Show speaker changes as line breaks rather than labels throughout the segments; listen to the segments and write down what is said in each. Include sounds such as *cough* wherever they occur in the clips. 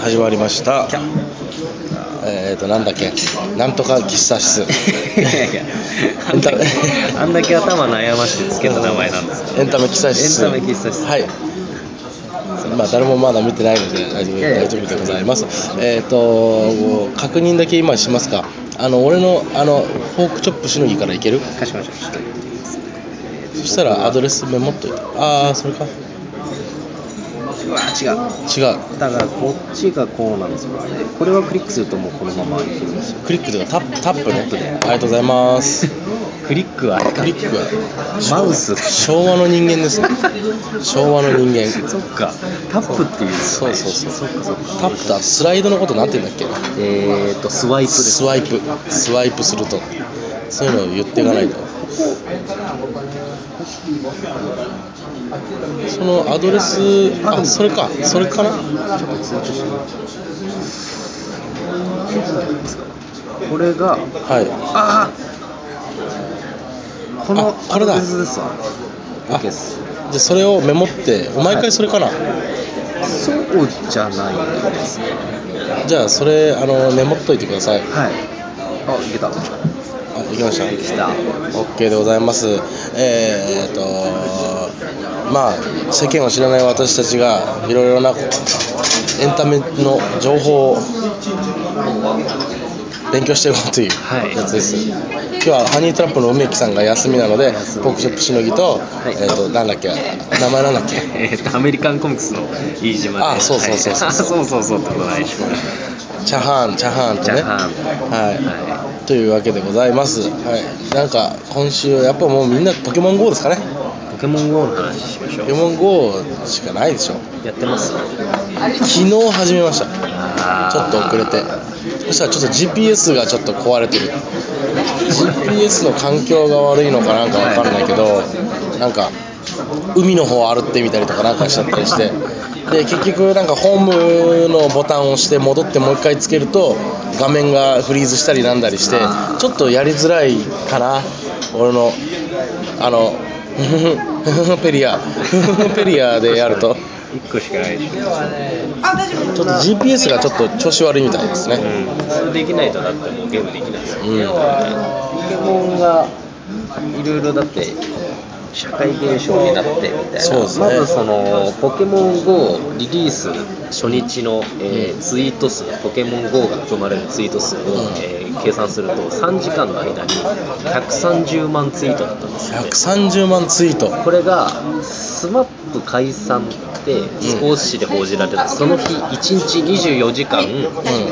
始まりました。えっ、と、なんだっけ、なんとか喫茶室。
いやいやあんだけあんだけ頭悩ましてつけた名前なんですか
エンタメ喫茶室。
エンタメ喫茶室
はい。まあ、誰もまだ見てないので大丈夫
いやいや
大丈夫でございます。えっ、と、確認だけ今しますか。あの、俺の、あの、フォークチョップしのぎからいける
かしこまりました
そしたらアドレスメモっといて。ああ、それか。
うわ違う
違う。
だからこっちがこうなんですよねこれはクリックするともうこのままいけるんですよ
クリックというかタップ、タップね。ありがとうございます。
クリックはあれか
クリックは。
マウス
昭和の人間ですね昭和の人間
そっかタップっていうんです
そ
よ
う
ね
そうそう
そっかそっか
タップとスライドのことなんて言うんだっけ
えーとスワイプです
スワイプスワイプするとそういうのを言っていかないとそのアドレスあそれかそれかな
これが
はい
ああこの
あこれだ
アドレスですわ
あ
OK です
でそれをメモって毎回それかな、
そうじゃないですね
じゃあそれあのメモっといてください
はいあいけた
あ行きました
来た
OK でございますえー、っとまあ世間を知らない私たちがいろいろなエンタメの情報を勉強していこうという
はい
やつです、今日はハニートラップの梅木さんが休みなので
休み
ポークショップしのぎと,、
い
えー、となんだっけ名前なんだっけ
えーとアメリカンコミックスの飯島で
あそうそうそうそう
はいあ *laughs* そうそうそうってことないでしょ
チャーハンチャーハンと
じ
ね
ゃあ
はい、
は
というわけでございます、はい、なんか今週はやっぱもうみんなポケモン GO ですかね
いポケモン GO の話しましょ
ポケ
う
モン GO しかないでしょ
やってます
昨日始めましたち
あ
ょっと遅れてそしたらちょっと GPS がちょっと壊れてる GPS の環境が悪いのかなんかわかんないけどなんか海の方歩ってみたりとかなんかしちゃったりしてで結局なんかホームのボタンを押して戻ってもう一回つけると画面がフリーズしたりなんだりしてちょっとやりづらいかな俺のあのふふふふふペリアふふふペリアでやると。
1個しかないでしょ、
ちょっと GPS がちょっと調子悪いみたいですね。
うん、それできないとだってもうゲームできないですよ
うん。
ポケモンがいろいろだって社会現象になってみたいな
そうですね
まずその「ポケモン GO」リリース初日の、えーツイート数「ポケモン GO」が含まれるツイート数を、えー計算すると3時間の間に130万ツイートだったんですよね
130万ツイート。
これが SMAP 解散ってスポーツ紙で報じられた、その日1日24時間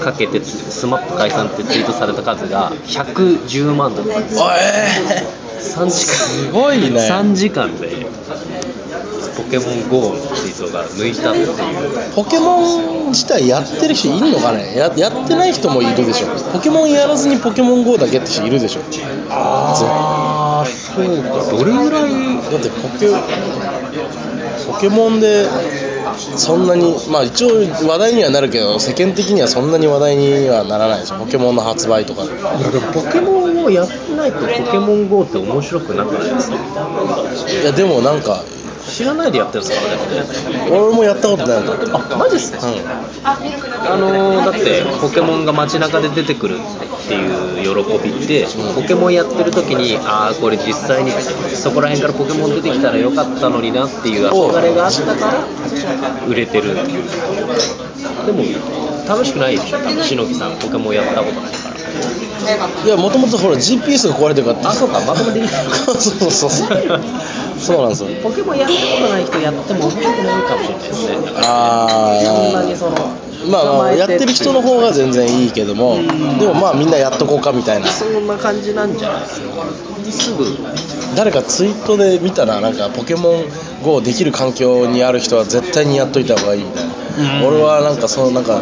かけてつ SMAP 解散ってツイートされた数が110万だったんです
おえ
3時間
すごいね
3時間でポケモン GO のツイートが抜いたっていう
ー、ポケモン自体やってる人いんのかねややってない人もいるでしょ。ポケモンやらずにポケモン GO だけって人いるでしょ。
ああそうかどれぐら
だ
い
ってポケポケモンでそんなにまあ一応話題にはなるけど世間的にはそんなに話題にはならないでしょポケモンの発売とかで
いやでもポケモンをやってないとポケモン GO って面白くなくないですか
いやでもなんか
知らないでやってるんですからねだって
俺もやったことないんだって
あマジっすね
う
あのーだってポケモンが街中で出てくるっていう喜びってポケモンやってる時にああこれ実際にそこら辺からポケモン出てきたらよかったのになっていう憧れがあったから売れてるでも楽しくないでしょ多分しのぎさんポケモンやったことないから
んいやもともとほら GPS が壊れてるから
あそうかまとめていい
そうそうそうそうなんですよ
ポケモンやったことない人やっても面白くないかもしれないですねそんな
あ
にその
あまあまあやってる人の方が全然いいけどもでもまあみんなやっとこうかみたいな
そんな感じなんじゃないですかすぐ
誰かツイートで見たらなんかポケモン GO できる環境にある人は絶対にやっといた方がいいみたいな俺はなんかそのなんか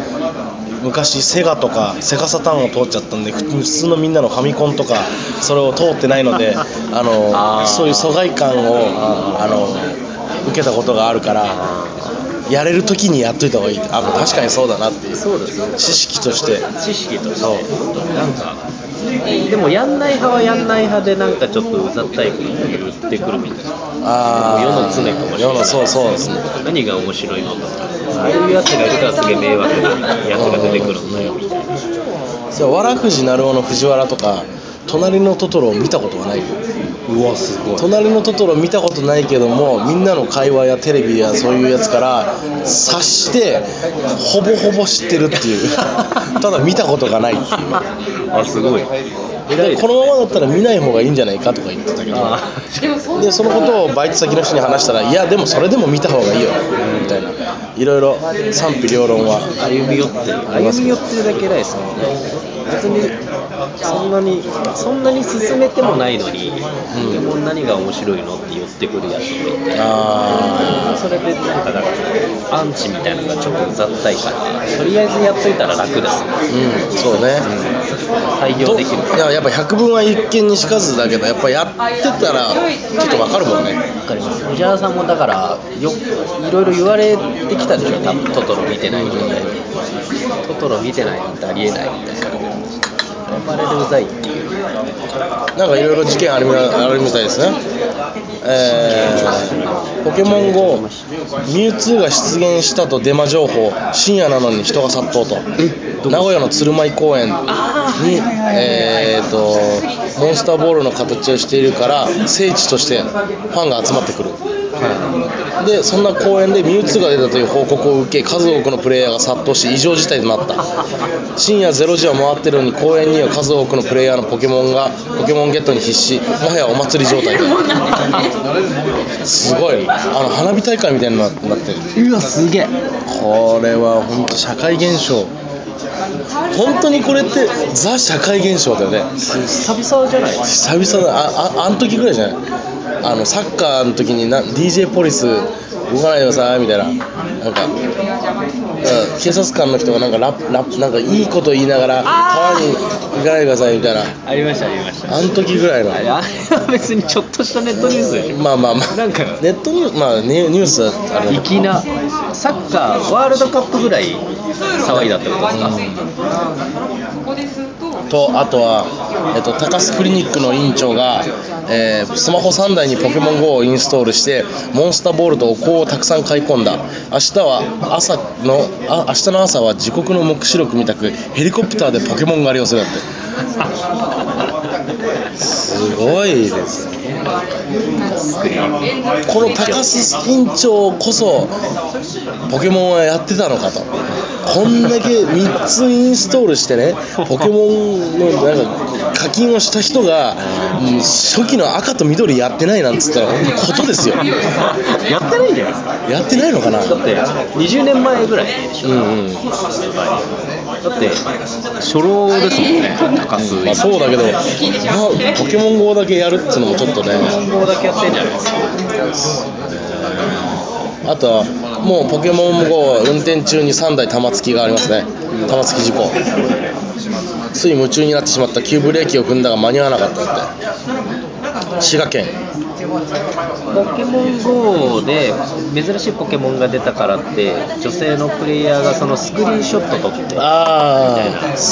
昔セガとかセガサターンを通っちゃったんで普普通のみんなのファミコンとかそれを通ってないの
*laughs*
であの
あー
そういう疎外感をあの受けたことがあるからやれる時にやっといた方がいいあ確かにそうだなっていう
そうですよ
知識として
知識としてなんかでもやんない派はやんない派でなんかちょっとうざったいこと言ってくるみたいな
ああ
世の常かもしれない
世のそうそうですね
何が面白いのかああいうやつがいるからすげえ迷惑なやつが出てくるんだよみたいな
そうわらふじなるおの藤原とか隣のトトロを見たことがないよ
うわすごい
隣のトトロ見たことないけどもみんなの会話やテレビやそういうやつから察してほぼほぼ知ってるっていうただ見たことがないっていう
あすごい
でこのままだったら見ない方がいいんじゃないかとか言ってたけど
あ
でそのことをバイト先の人に話したらいやでもそれでも見た方がいいよみたいないろいろ賛否両論は
歩み寄ってる歩み寄ってるだけ偉いですもんね別にそんなにそんなに進めてもないのに、ポケモン何が面白いのって寄ってくるやつもいて
あ
それでなんかだからアンチみたいなのがちょっとうざったいからとりあえずやっといたら楽ですね
ーうんそうね、
対応
ど
できる
いややっぱ百聞は一見にしかずだけどやっぱやってたらちょっとわかるもんね
わかります藤原さんもだからよいろいろ言われてきたでしょ多分トトロ見てないみたいなトトロ見てないなんてありえないみたいなあれでうざいっていう
なんかいろいろ事件あるみあるみたいですねえー、ポケモン GO ミュウツーが出現したとデマ情報深夜なのに人が殺到と名古屋の鶴舞公園にえー、とモンスターボールの形をしているから聖地としてファンが集まってくるでそんな公演でミュウツーが出たという報告を受け数多くのプレイヤーが殺到し異常事態となった深夜0時を回ってるのに公園には数多くのプレイヤーのポケモンがポケモンゲットに必死もはやお祭り状態だすごいあの花火大会みたいにななってる
うわすげえ
これは本当社会現象本当にこれってザ社会現象だよね
久々じゃないです
久々だあああの時ぐらいじゃないあのサッカーの時にな DJ ポリス動かないでくださいみたいななんか、うん、警察官の人がなんかラップラップなんかいいこと言いながら川に行かないでくださいみたいな
ありましたありました
あの時ぐらいの
あれあれは別にちょっとしたネットニュースでしょ
まあまあまあ
なんか
ネットニュースまあニュニュースはあれだけど
粋なサッカーワールドカップぐらい騒いだってことですか、
とあとは、えっと、高須クリニックの院長が、えースマホ3台にポケモン GO をインストールしてモンスターボールとお香をたくさん買い込んだ明日は朝のあ明日の朝は自国の黙示録みたくヘリコプターでポケモン狩りをするだってすごいですねこの高須院長こそポケモンはやってたのかとこんだけ3つインストールしてねポケモンのなんか課金をした人が、うん初期の赤と緑やってないなんつったら本当ことですよ
やってないんじゃないですか
やってないのかな
だって20年前ぐらいでしょ、
うんうん
だって初老ですもんね高須
まあ、そうだけどなポケモン GO だけやるっていうのもちょっとね
もうだけやってんじゃないですか
あとはもうポケモン GO 運転中に3台玉突きがありますね玉突き事故つい夢中になってしまった急ブレーキを踏んだが間に合わなかったって滋賀県
ポケモン GO で珍しいポケモンが出たからって女性のプレイヤーがそのスクリーンショット撮って
ああ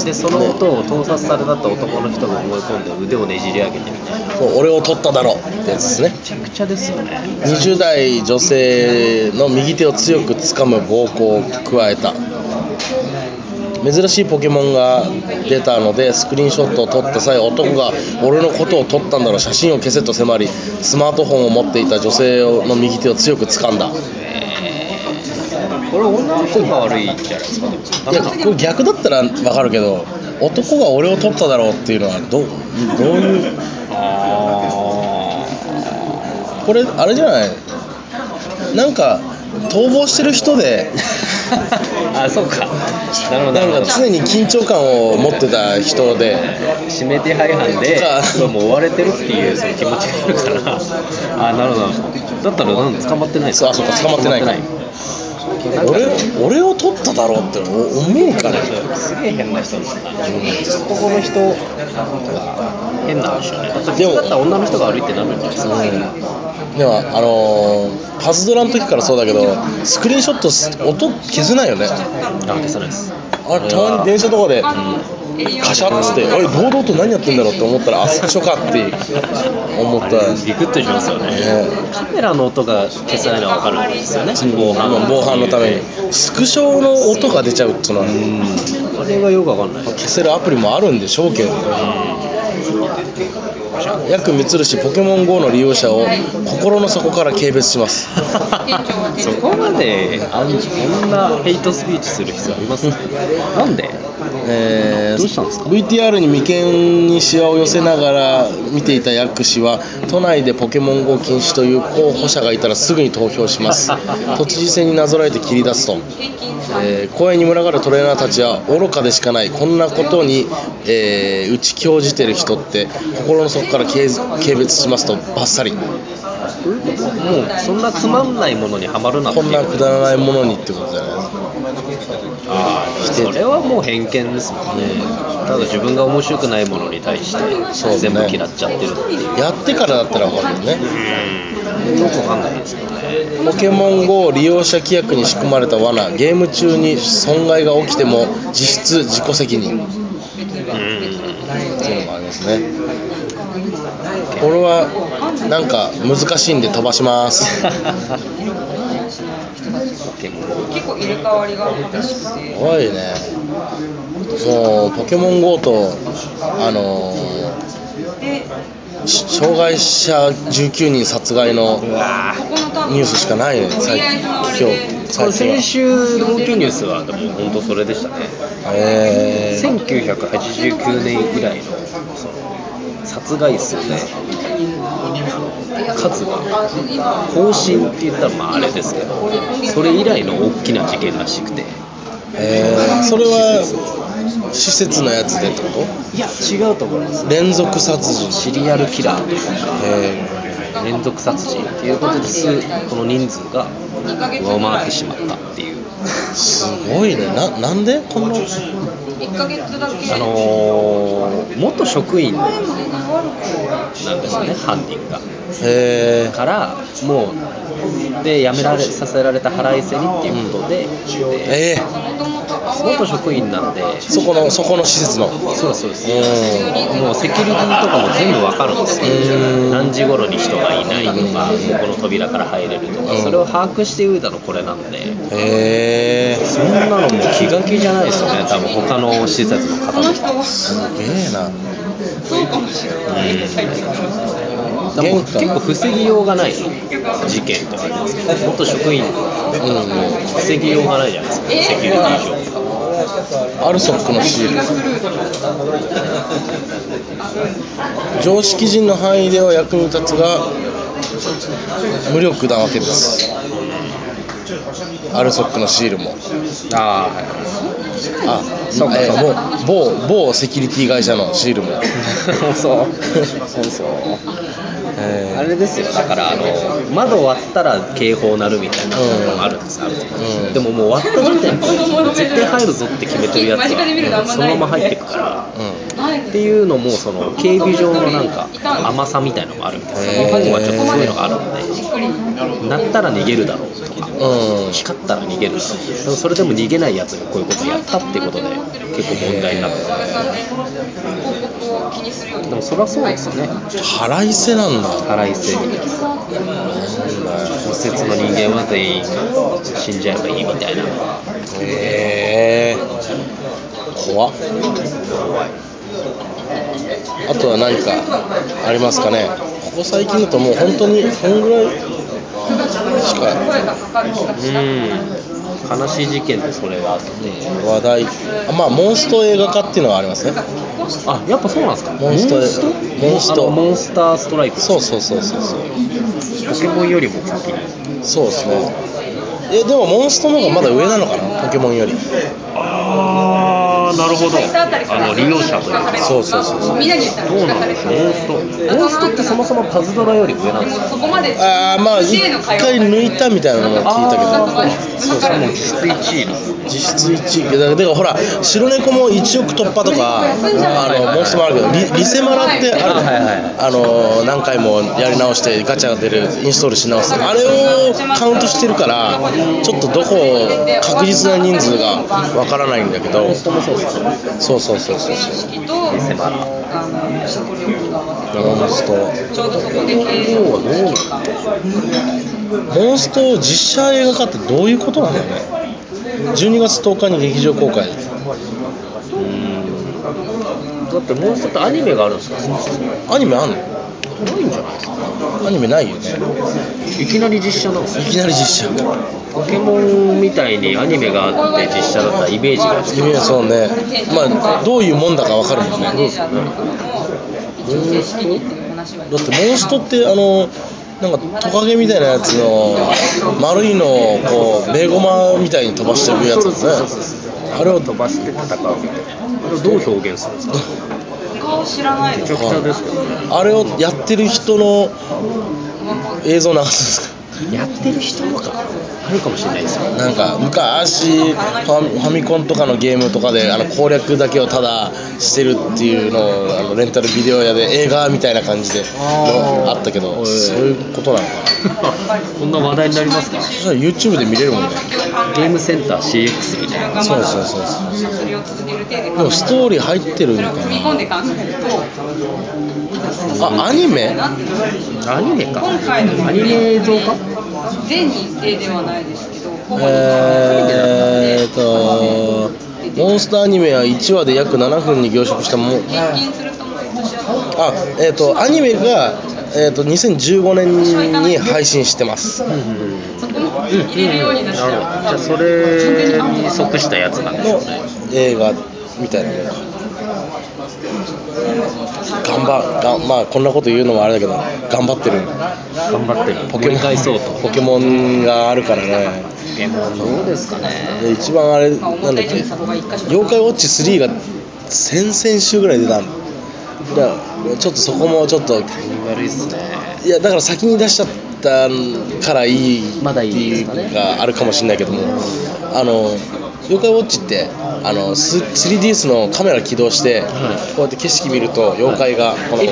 でその音を盗撮されたって男の人が思い込んで腕をねじり上げてみたいなめ
そう俺を取っただろってやつですね
ちゃくちゃですよね
20代女性の右手を強く掴む暴行を加えた珍しいポケモンが出たのでスクリーンショットを撮った際男が俺のことを撮ったんだろ写真を消せと迫りスマートフォンを持っていた女性の右手を強く掴んだい
これ女の人が悪いじゃないですかでもダメ
や
なの
これ逆だったら分かるけど男が俺を撮っただろうっていうのはどうどういうこれあれじゃないなんか逃亡してる人で
あそうかなるほどな
*laughs* な
る
ん
ほ
か
ど
常に緊張感を持ってた人で
指名手配犯で
か
そうもう追われてるっていうその気持ちがあるからあなるほどなるほどだったらなん捕まってないです
そうあそうか捕まってないか俺俺を取っただろうって思うから
すげえ変な人だな男の人変なんですよねだって
でも
だったら女の人が悪いってなるんじゃないですか
でもあのーパズドラの時からそうだけどスクリーンショットす音消せないよね
あ消さないです
あれたまに電車とかでカシャッつって、あれ、堂々と何やってんだろうって思ったら、あそっちょかって思ったら、
ビクッとしますよね
ね
カメラの音が消せないのは分かるんですよね防
あ
犯
の防犯のために、スクショの音が出ちゃうっていうのは、
あれがよく分かんない
消せるアプリもあるんでしょうけどね。ヤクミツルシポケモン GO の利用者を心の底から軽蔑します
そこまであんこんなヘイトスピーチする必要ありますなんで
えー
どうしたんですか
VTR に眉間にシワを寄せながら見ていたヤック氏は都内でポケモン GO 禁止という候補者がいたらすぐに投票します都知事選になぞらえて切り出すと、えー公園に群がるトレーナーたちは愚かでしかないこんなことに、えー打ち興じてる人って心の底から軽軽蔑しますとバッサリ
もうそんなつまんないものにはまるなって
こん
いう
なくだらないものにってことじゃないですか
ああそれはもう偏見ですもんねただ自分が面白くないものに対して全部嫌っちゃってるっていう
やってからだったら分かるよね
よく分かんないですよね
ポケモン GO 利用者規約に仕組まれた罠ゲーム中に損害が起きても実質自己責任っていうのがありますねこれはなんか難しいんで飛ばします
ポケモン
結構入れ替わりが激しくて
すごいねもうポケモン GO とあの
で
ーし障害者19人殺害の
あ
ここの多分
ニュースしかないね最近今日
あ
最近
先
は
週の大きいニュースはでも本当それでしたね
えー
1989年以来のその殺害数で数が更新って言ったらまああれですけどそれ以来の大きな事件らしくて
えーそれは施設のやつでってこと
いや違うと思います
連続殺人
シリアルキラーという
え
か連続殺人っていうことですこの人数が上回ってしまったっていう
ーすごいねななんでこんな
1ヶ月だけ
あのー元職員なんですよね犯人が。
えー
からもうで辞められさせられた腹いせにっていうことで,、で
えー
元職員なんで
そこのそこの施設の
そうですそうです
う
もうセキュリティとかも全部わかるんですよ
うん
何時頃に人がいないとかここの扉から入れるとか
うん
それを把握して上だのこれなんで
えー
そんなのもう気が気じゃないですよね多分他の施設の方
この人
と
は
すげえな
そうかもしれない、
でも
玄関
結構防ぎようがない事件とかありますけど元職員
うんもう
防ぎようがないじゃないですかセキュリティ上
アルソックのシール常識人の範囲では役に立つが無力なわけですアルソックのシールも
ああはい
あ
そうか
えーもう某某セキュリティ会社のシールも、
*laughs* そうそうそう
えー
あれですよだからあの窓割ったら警報鳴るみたいなのもあるんですある程度
うん
でももう割った時点で絶対入るぞって決めてるやつはそのまま入ってくから
う
っていうのもその警備上のなんか甘さみたいのもあるみたいなその本はちょっとそういうのがあるので鳴ったら逃げるだろうとか
ん、うん、
光ったら逃げるだろうでもそれでも逃げないやつがこういうことやったっていうことで結構問題になって
おさんね広告を気にするように
でもそれはそうですよね
腹いせなんだ
腹いせみたいな施設の人間は全員死んじゃえばいいみたいな
へえ怖っあとは何かありますかねここ最近だともう本当にこんぐらいしか
声がかかる気がしなく
うん悲しい事件ってそれはあって
話題あまあモンスト映画化っていうのはありますね
あやっぱそうなんですか
モンスト
モ
モ
ン
ンス
スト
ト
あのモンスターストライク
そうそうそうそうそう
ポケモンよりも先に
そうですねえでもモンストの方がまだ上なのかなポケモンより
ああなるほどあの利用者というか
そうそうそうそう
みんなに言ったら
そうなんですモンストモンストってそもそもパズドラより上なんですよ
そこまで
ああまあ一回抜いたみたいなのが聞いたけど
そうそうもう実質1位なんです
実質1位だからだからほら白猫も1億突破とかあのモンストもあるけどリリセマラってある
あはいはい
あの何回もやり直してガチャが出るインストールし直すあれをカウントしてるからちょっとどこ確実な人数がわからないんだけど
モンストもそう
そうそうそうそう
結
そう
婚式と
セマラ
あの食料品の合わせ
だからモンスト
ちょうどそこで経営
どうどうなのモンスト実写映画化ってどういうことなんだろうね12月10日に劇場公開
うんだってもうちょっとアニメがあるんですか
アニメあんの
ないんじゃないですか
アニメないよね
いきなり実写なんです
いきなり実写イ
ポケモンみたいにアニメがあって実写だったらイメージが
メージそうねまあどういうもんだかわかるもんね
マネージャーとかも一応正式にっていう話は
だってモンストってあのなんかトカゲみたいなやつの丸いのをこうベーゴマみたいに飛ばしてるやつだ
そうそう
よ
そうそ
ねあれを飛ばして
あれをどう表現するんですか
顔知らないの
キャラクターですか
あれをやってる人の映像流すんですか
やってる人とかあるかもしれないですよ *laughs*
なんか昔ファミファミコンとかのゲームとかであの攻略だけをただしてるっていうのをあのレンタルビデオ屋で映画みたいな感じで
あー
あったけ
お
ど
い
そういうことなのかな
こんな話題になりますか
そしたら YouTube で見れるもんね
ゲームセンター CX みたいな
そうそうそうそう
それを続ける程度
でもストーリー入ってるん
それ
か
を組み込ん
な
で考えると
あアニメ
なんていうの
アニメか
今回の
アニメ映像化
全日程ではないですけどほぼ
えーっとモンスターアニメは1話で約7分に凝縮したも
平均するともう年は
あえーっとアニメが、えーっと2015年に配信してます
うんうんうん
そこも入れるようになっち
なるほど
ゃう
じゃあそれに即したやつなんでし
の
ょうね
映画みたいなのが頑張がまあこんなこと言うのもあれだけど頑張ってる
頑張ってるポケモン返そうと
ポケモンがあるからね
ポケモンどうですかね
で一番あれ
まあ
なんだ
思
っ
っ
け
た以上に差が一箇所
「妖怪ウォッチ3」が先々週ぐらい出たんだだからちょっとそこもちょっと
悪いっすね
いやだから先に出しちゃったからいい
まだいいですかね
っていうのがあるかもしれないけどもあの妖怪ウォッチってあのス 3DS のカメラ起動して、こうやって景色見ると妖怪がこの
はい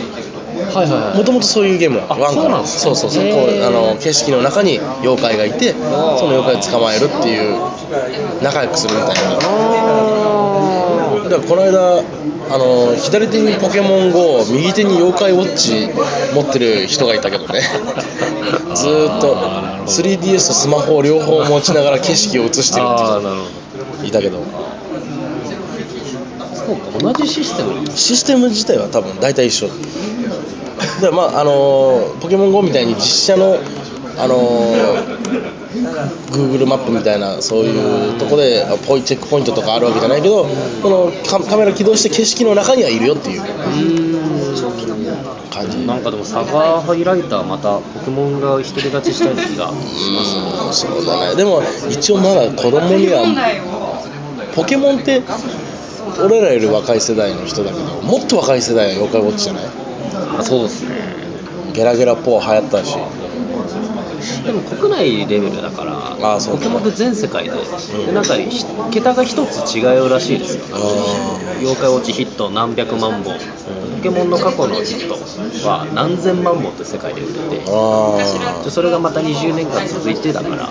はい
もともとそういうゲームなの
あ
ワンか
そうなん
ら
です
そうそうそう
へー
こうあの景色の中に妖怪がいてその妖怪を捕まえるっていう仲良くするみたいな
あ
だからこの間あの左手にポケモン GO 右手に妖怪ウォッチ持ってる人がいたけど
*laughs*
ねずーっと
あーなるほど
3DS とスマホを両方持ちながら景色を映してる
あーなる
人いたけど
ほどそうか同じシステム
システム自体は多分大体一緒でまああのポケモン GO みたいに実写のあの Google マップみたいなそういうとこでポイチェックポイントとかあるわけじゃないけどこのカカメラ起動して景色の中にはいるよっていう感じ
なんかでもサガーハイライターまたポケモンが独り勝ちしたい気がしますね
うんそうだねでも一応まだ子供に
本
は
来を
ポケモンって俺らより若い世代の人だけどもっと若い世代は妖怪ウォッチじゃない
あそうですね
ゲラゲラポー流行ったし
でも国内レベルだから
あーそう
ポケモンって全世界で,、でなんかひ桁が一つ違うらしいですよ
あー
妖怪ウォッチヒット何百万本、ポケモンの過去のヒットは何千万本って世界で売ってて
あ
でそれがまた20年間続いてだからこ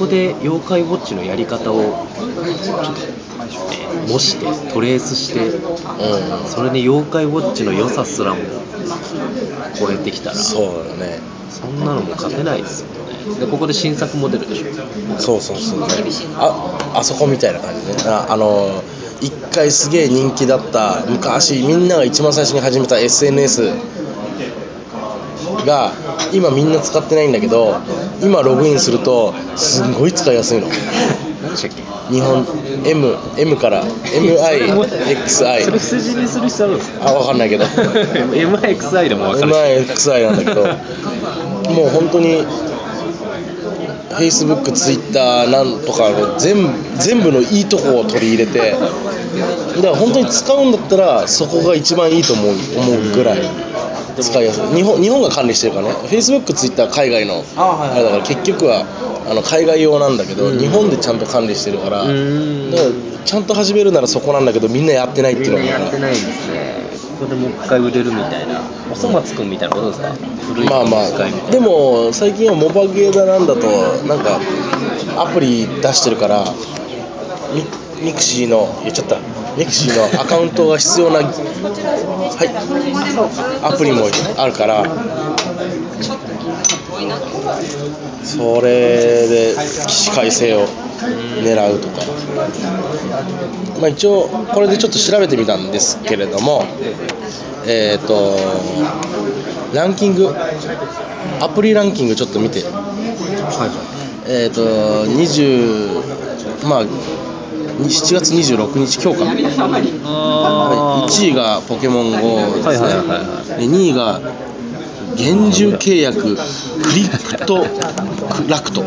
こで妖怪ウォッチのやり方をちょっと、えー模してトレースして
ーうん
それで妖怪ウォッチの良さすらも超えてきたらそ
そうだね
んなのも勝てないですよねでここで新作も出るでしょ
そうそうそうねああそこみたいな感じねああの一回すげえ人気だった昔みんなが一番最初に始めた SNS が今みんな使ってないんだけど今ログインするとすんごい使いやすいの
何でしたっけ
日本 M, M から
それ
MIXI
数字にする必要あるんです *laughs* か
あ分かんないけど
MIXI でも分かるし
MIXI なんだけどもう本当に Facebook、Twitter なんとかの全全部のいいとこを取り入れてだから本当に使うんだったらそこが一番いいと思う思うぐらい使いやすい日本日本が管理してるからね Facebook、Twitter 海外の
あはい
あれだから結局はあの海外用なんだけど、日本でちゃんと管理してるから、
うーん
だからちゃんと始めるならそこなんだけどみんなやってないってい
み
うんの
な
が
やってないんですねここでもう一回売れるみたいなおそ松くんみたいなことですか古い
まあま
もう一回み
あでも最近はモバゲーだなんだとなんかアプリ出してるからミミクシーの言っちゃったミクシーのアカウントが必要なはいアプリもあるからそれで起死回生を狙うとか、まあ、一応これでちょっと調べてみたんですけれどもえっ、とランキングアプリランキングちょっと見てえっ、と20まあ7月26日今日か
あ
1位がポケモン GO ですね、
はいはいはいは
で2位が厳重契約クリプトクラクト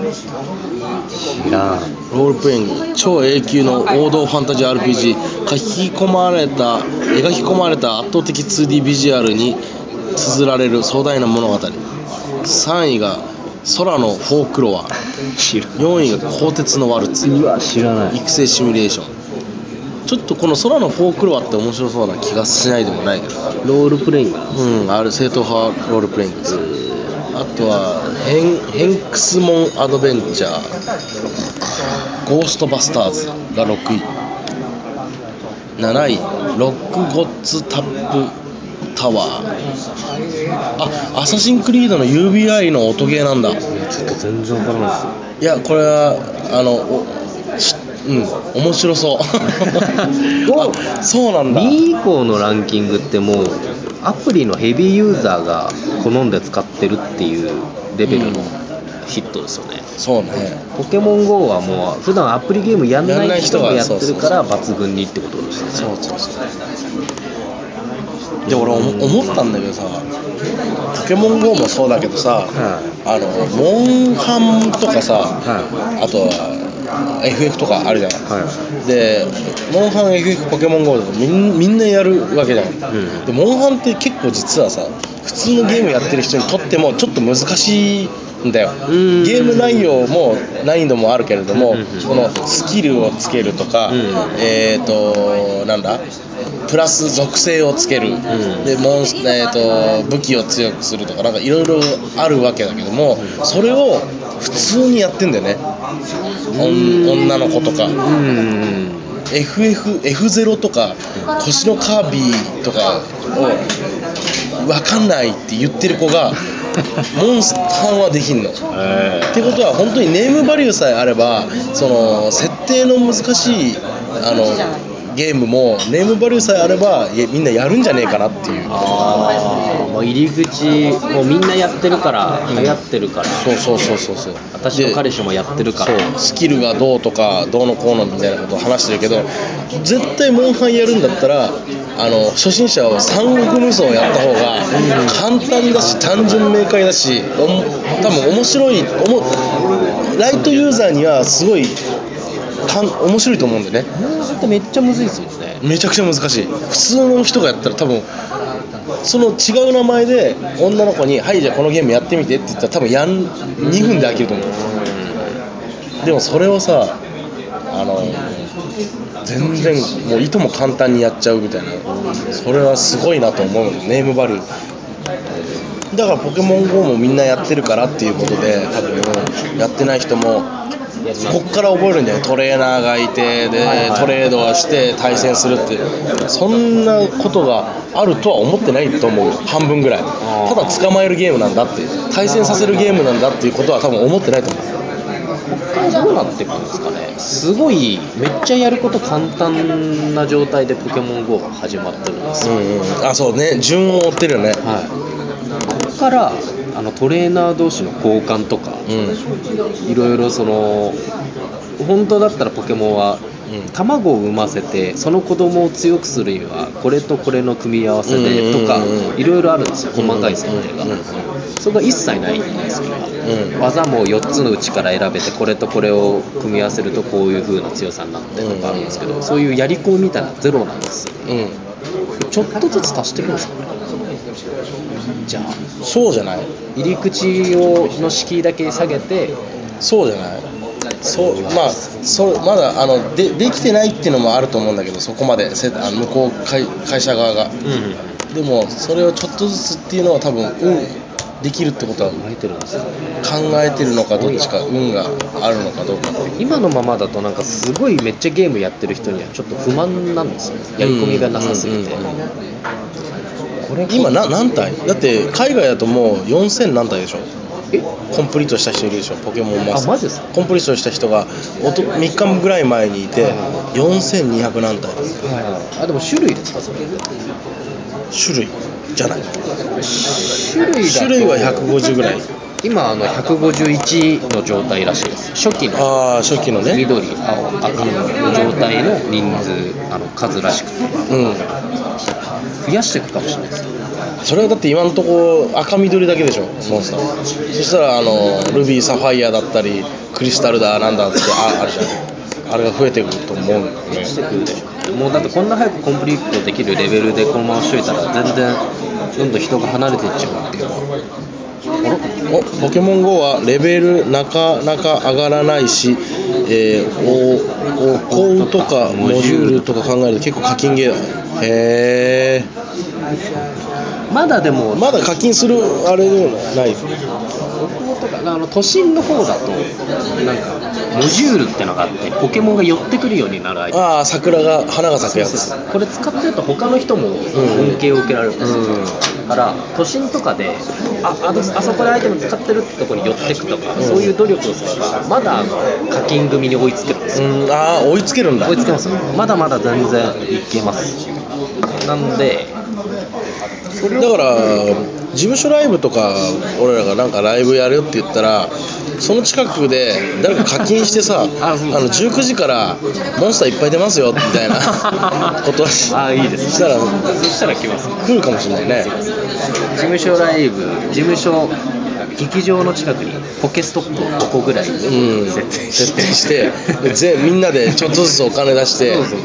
知らん
ロールプレイング超永久の王道ファンタジー RPG 書き込まれた描き込まれた圧倒的 2D ビジュアルに綴られる壮大な物語3位が空のフォークロア
知ら
4位が鋼鉄のワルツ
うわ知らない
育成シミュレーションちょっとこの空のフォークロアって面白そうな気がしないでもないけど
ロールプレイングな
うんある正統派ロールプレイングですあとはヘンヘンクスモンアドベンチャーゴーストバスターズが6位7位ロックゴッツタップタワーあアサシンクリードの UBI の音ゲーなんだ
ちょっと全然わからないっす
いやこれはあのおしうん面白そうあそうなんだ
2位以降のランキングってもうアプリのヘビーユーザーが好んで使ってるっていうレベルのヒットですよね、
そうね
ポケモン GO はもう普段アプリゲームやん
やん
な
ないい人
人
が
がやってるから抜群にってことですよね
そうそうそうで俺思思ったんだけどさ「ポケモン GO」もそうだけどさ、
はい
あのモンハンとかさ、
は
あとは FF とかあるじゃない、
は
でモンハン FF ポケモン GO だとみんみんなやるわけじゃない、
ん
でモンハンって結構実はさ普通のゲームやってる人にとってもちょっと難しいんだよ
うん
ゲーム内容も難易度もあるけれども、
うんうんうん
そのスキルをつけるとか、
うん
えっ、となんだプラス属性をつける、
ん
でモンスえー、と武器を強くするとかなんかいろいろあるわけだけども、それを普通にやってんだよね、おん女の子とか、
うん、
FFF0 とか腰のカービィとかを分かんないって言ってる子がモンスターはできんの。っ
え
てことは本当にネームバリューさえあればその設定の難しいあのゲームもネームバリューさえあればいやみんなやるんじゃねえかなっていう
あーもう入り口もうみんなやってるから流行ってるから
そうそうそうそうそう
私の彼氏もやってるから
スキルがどうとかどうのこうのみたいなことを話してるけど絶対モンハンやるんだったらあの初心者を三国無双をやった方が簡単だし単純明快だしおも多分面白いおもライトユーザーにはすごいかん面白いと思うんでね
それってめっちゃむずいですもんね
めちゃくちゃ難しい普通の人がやったら多分その違う名前で女の子に「はいじゃあこのゲームやってみて」って言ったら多分やん2分で飽きると思うでもそれをさあの全然もういとも簡単にやっちゃうみたいなそれはすごいなと思うのネームバリューだから「ポケモン GO」もみんなやってるからっていうことで多分やってない人もこっから覚えるんだよトレーナーがいてでトレードをして対戦するってそんなことがあるとは思ってないと思うよ半分ぐらいただ捕まえるゲームなんだって対戦させるゲームなんだっていうことは多分思ってないと思う
どうなっていくんですかねすごいめっちゃやること簡単な状態でポケモン GO が始まってるんですよ、
うんうん、あそうね順を追ってるよね、
はい、ここからあのトレーナー同士の交換とか
うん
いろいろその本当だったらポケモンは
うん
卵を産ませてその子供を強くするにはこれとこれの組み合わせでとか
うんうんうんうん
いろいろあるんですよ細かい設定が
うんうん
それが一切ないんですけど
ん
技も4つのうちから選べてこれとこれを組み合わせるとこういう風な強さになってとかあるんですけどそういうやり込みみたいなのゼロなんですよちょっとずつ足していくんですかねじゃあ
うん、そうじゃない
入り口をの敷居だけ下げて
そうじゃないそうまあそうまだあのでできてないっていうのもあると思うんだけどそこまでせあの向こう会会社側がでもそれをちょっとずつっていうのは多分運できるってことは
考えてるんですよ
考えてるのかどっちか運があるのかどうか
今のままだとなんかすごいめっちゃゲームやってる人にはちょっと不満なんですよやり込みがなさすぎて、
うんうんうん今な何体だって海外だともう4000何体でしょ
え
コンプリートした人いるでしょポケモンマスター
あマジですか
コンプリートした人がおと3日ぐらい前にいて4200何体
はい、あでも種類ですかそれ
種類じゃない
種類だと
種類は150ぐらい
今あの151の状態らしいです初期の
ああ初期のね
緑青赤の状態の人数あの数らしくて
うん
増やしていくかもしれないです
それはだって今のとこ赤緑だけでしょモンスターはそしたらあのルビーサファイアだったりクリスタルだなんだってああるじゃんあれが増えてくると思うんだよね
もうだってこんな早くコンプリートできるレベルでこのまましといたら全然どんどん人が離れていっちゃうっていうのは
おポケモン GO はレベルなかなか上がらないし、えー、おおコウとかモジュールとか考えると結構課金ゲーだへえ
まだでも
まだ課金するあれでもない
とかあの都心の方だとなんかモジュールってのがあってポケモンが寄ってくるようになるアイテム
ああ桜が花が咲くやつ
これ使ってると他の人も恩恵を受けられるんですよ、だから都心とかでああのあそこでアイテム使ってるってとこに寄ってくとか、そういう努力をすればまだあの課金組に追いつけるんですよ、
うんああ追いつけるんだ
追いつけますよまだまだ全然いけますなので
だから事務所ライブとか俺らがなんかライブやるよって言ったらその近くで誰か課金してさあ
*laughs* あそう
の19時からモンスターいっぱい出ますよみた
*laughs*
いなことはし
ああいいです
したら
そしたら来ます
来るかもしれないね
事務所ライブ事務所劇場の近くにポケストップを5個ぐらい設
うん
定
設
し
定
て、
してで全みんなでちょっとずつお金出して
そうそう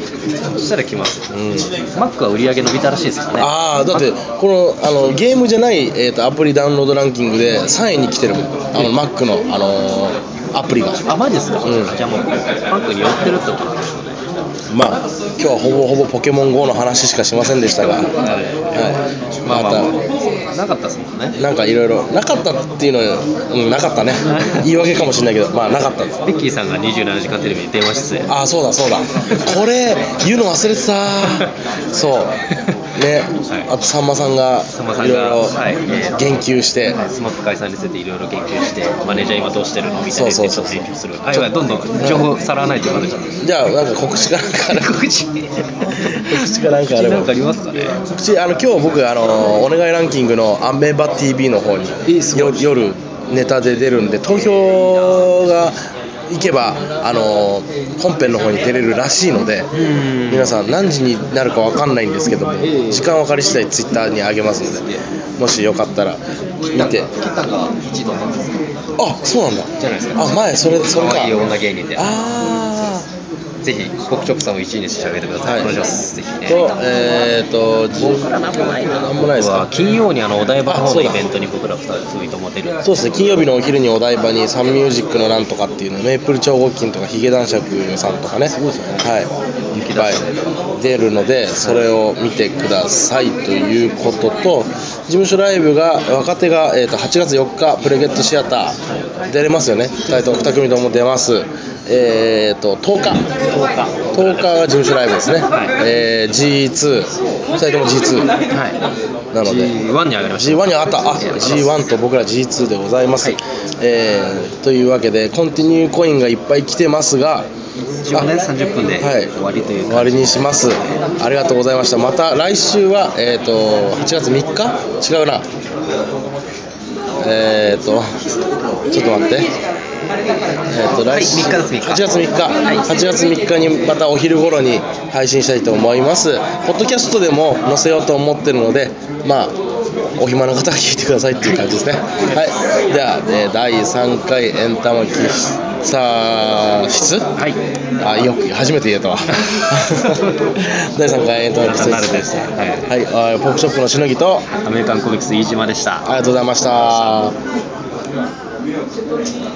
そしたら来ますよ
うん
マックは売り上げ伸びたらしいですからね
ああだってこのあのゲームじゃない、えー、とアプリダウンロードランキングで3位に来てるもんあの Mac の、あのーアプリが
あマジですか、
うん
じゃあもうマックに寄ってるってことなんでしょうね
まあ今日はほぼほぼポケモン GO の話しかしませんでしたが、はい、
まあまあ、
ま
まあ、なかったですもんね
たなんかいろいろなかったっていうのは、うん、なかった
*laughs*
ね言い訳かもしれないけどまあなかったです
ベッキーさんが27時間テレビに電話出演
ああそうだそうだこれ言うの忘れてたそうね、
はい
あとさんまさんが
さんまさんが
いろ
はい
いろ言及して、
スマップ解散についていろいろ研究してマネージャー今どうしてるのみたいな
そうそうそう
研究するはいはいどんどん情報さらわないと言われちゃった
じゃあなんか告知かなんかあれば
告知告
知かなんかあれば
なんかありますかね
告知あの今日僕あのお願いランキングのアメーバ TV の方に
えすごい
夜夜ネタで出るんで投票が行けばあの本編の方に出れるらしいので
ん
皆さん何時になるかわかんないんですけども
ええ
時間分かり次第ツイッターに上げますのでもしよかったら見て
桁が一度なんですか
あそうなんだ
じゃないですか
あ前それそれ
可
か
愛い女芸人で
ああ
ぜひポクチョップさんを1位にしてあげてください、お願いしますぜひね
とえっ、ー、と僕らなんもないななんもないですか
金曜にあのお台場の
あ
方
そ
の
う
イ
だ
ベントに僕ら二人組とも出るんです
そうですね金曜日のお昼にお台場にサンミュージックのなんとかっていうのメープル超合金とかヒゲ男爵さんとかねはいいっぱい出るのでそれを見てくださいということと事務所ライブが若手が、えー、と8月4日プレゲットシアター出れますよね2人と2組とも出ますえっ、と10日10日が事務所ライブですね、えー、G22 2人とも G2
はい
なので
G1 に上がりました
G1 に上がったあ G1 と僕ら G2 でございます、えーというわけでコンティニューコインがいっぱい来てますが
一応ね30分で
はい
終わりという
終
か、
わりにしますありがとうございましたまた来週は、えー、と8月3日違うなえっ、とちょっと待ってえー、と来週
はい3日です3
8
日
月3日8月3日にまたお昼頃に配信したいと思いますポッドキャストでも載せようと思ってるのでまあお暇な方は聞いてくださいっていう感じですねはいでは、えー第3回エンタマ喫茶室
はい
あよく初めて言えたわ *laughs* 第3回エンタメキス
慣れてですね
はい、はい、ポークショップのしのぎと
アメリカンコミックス飯島でした
ありがとうございました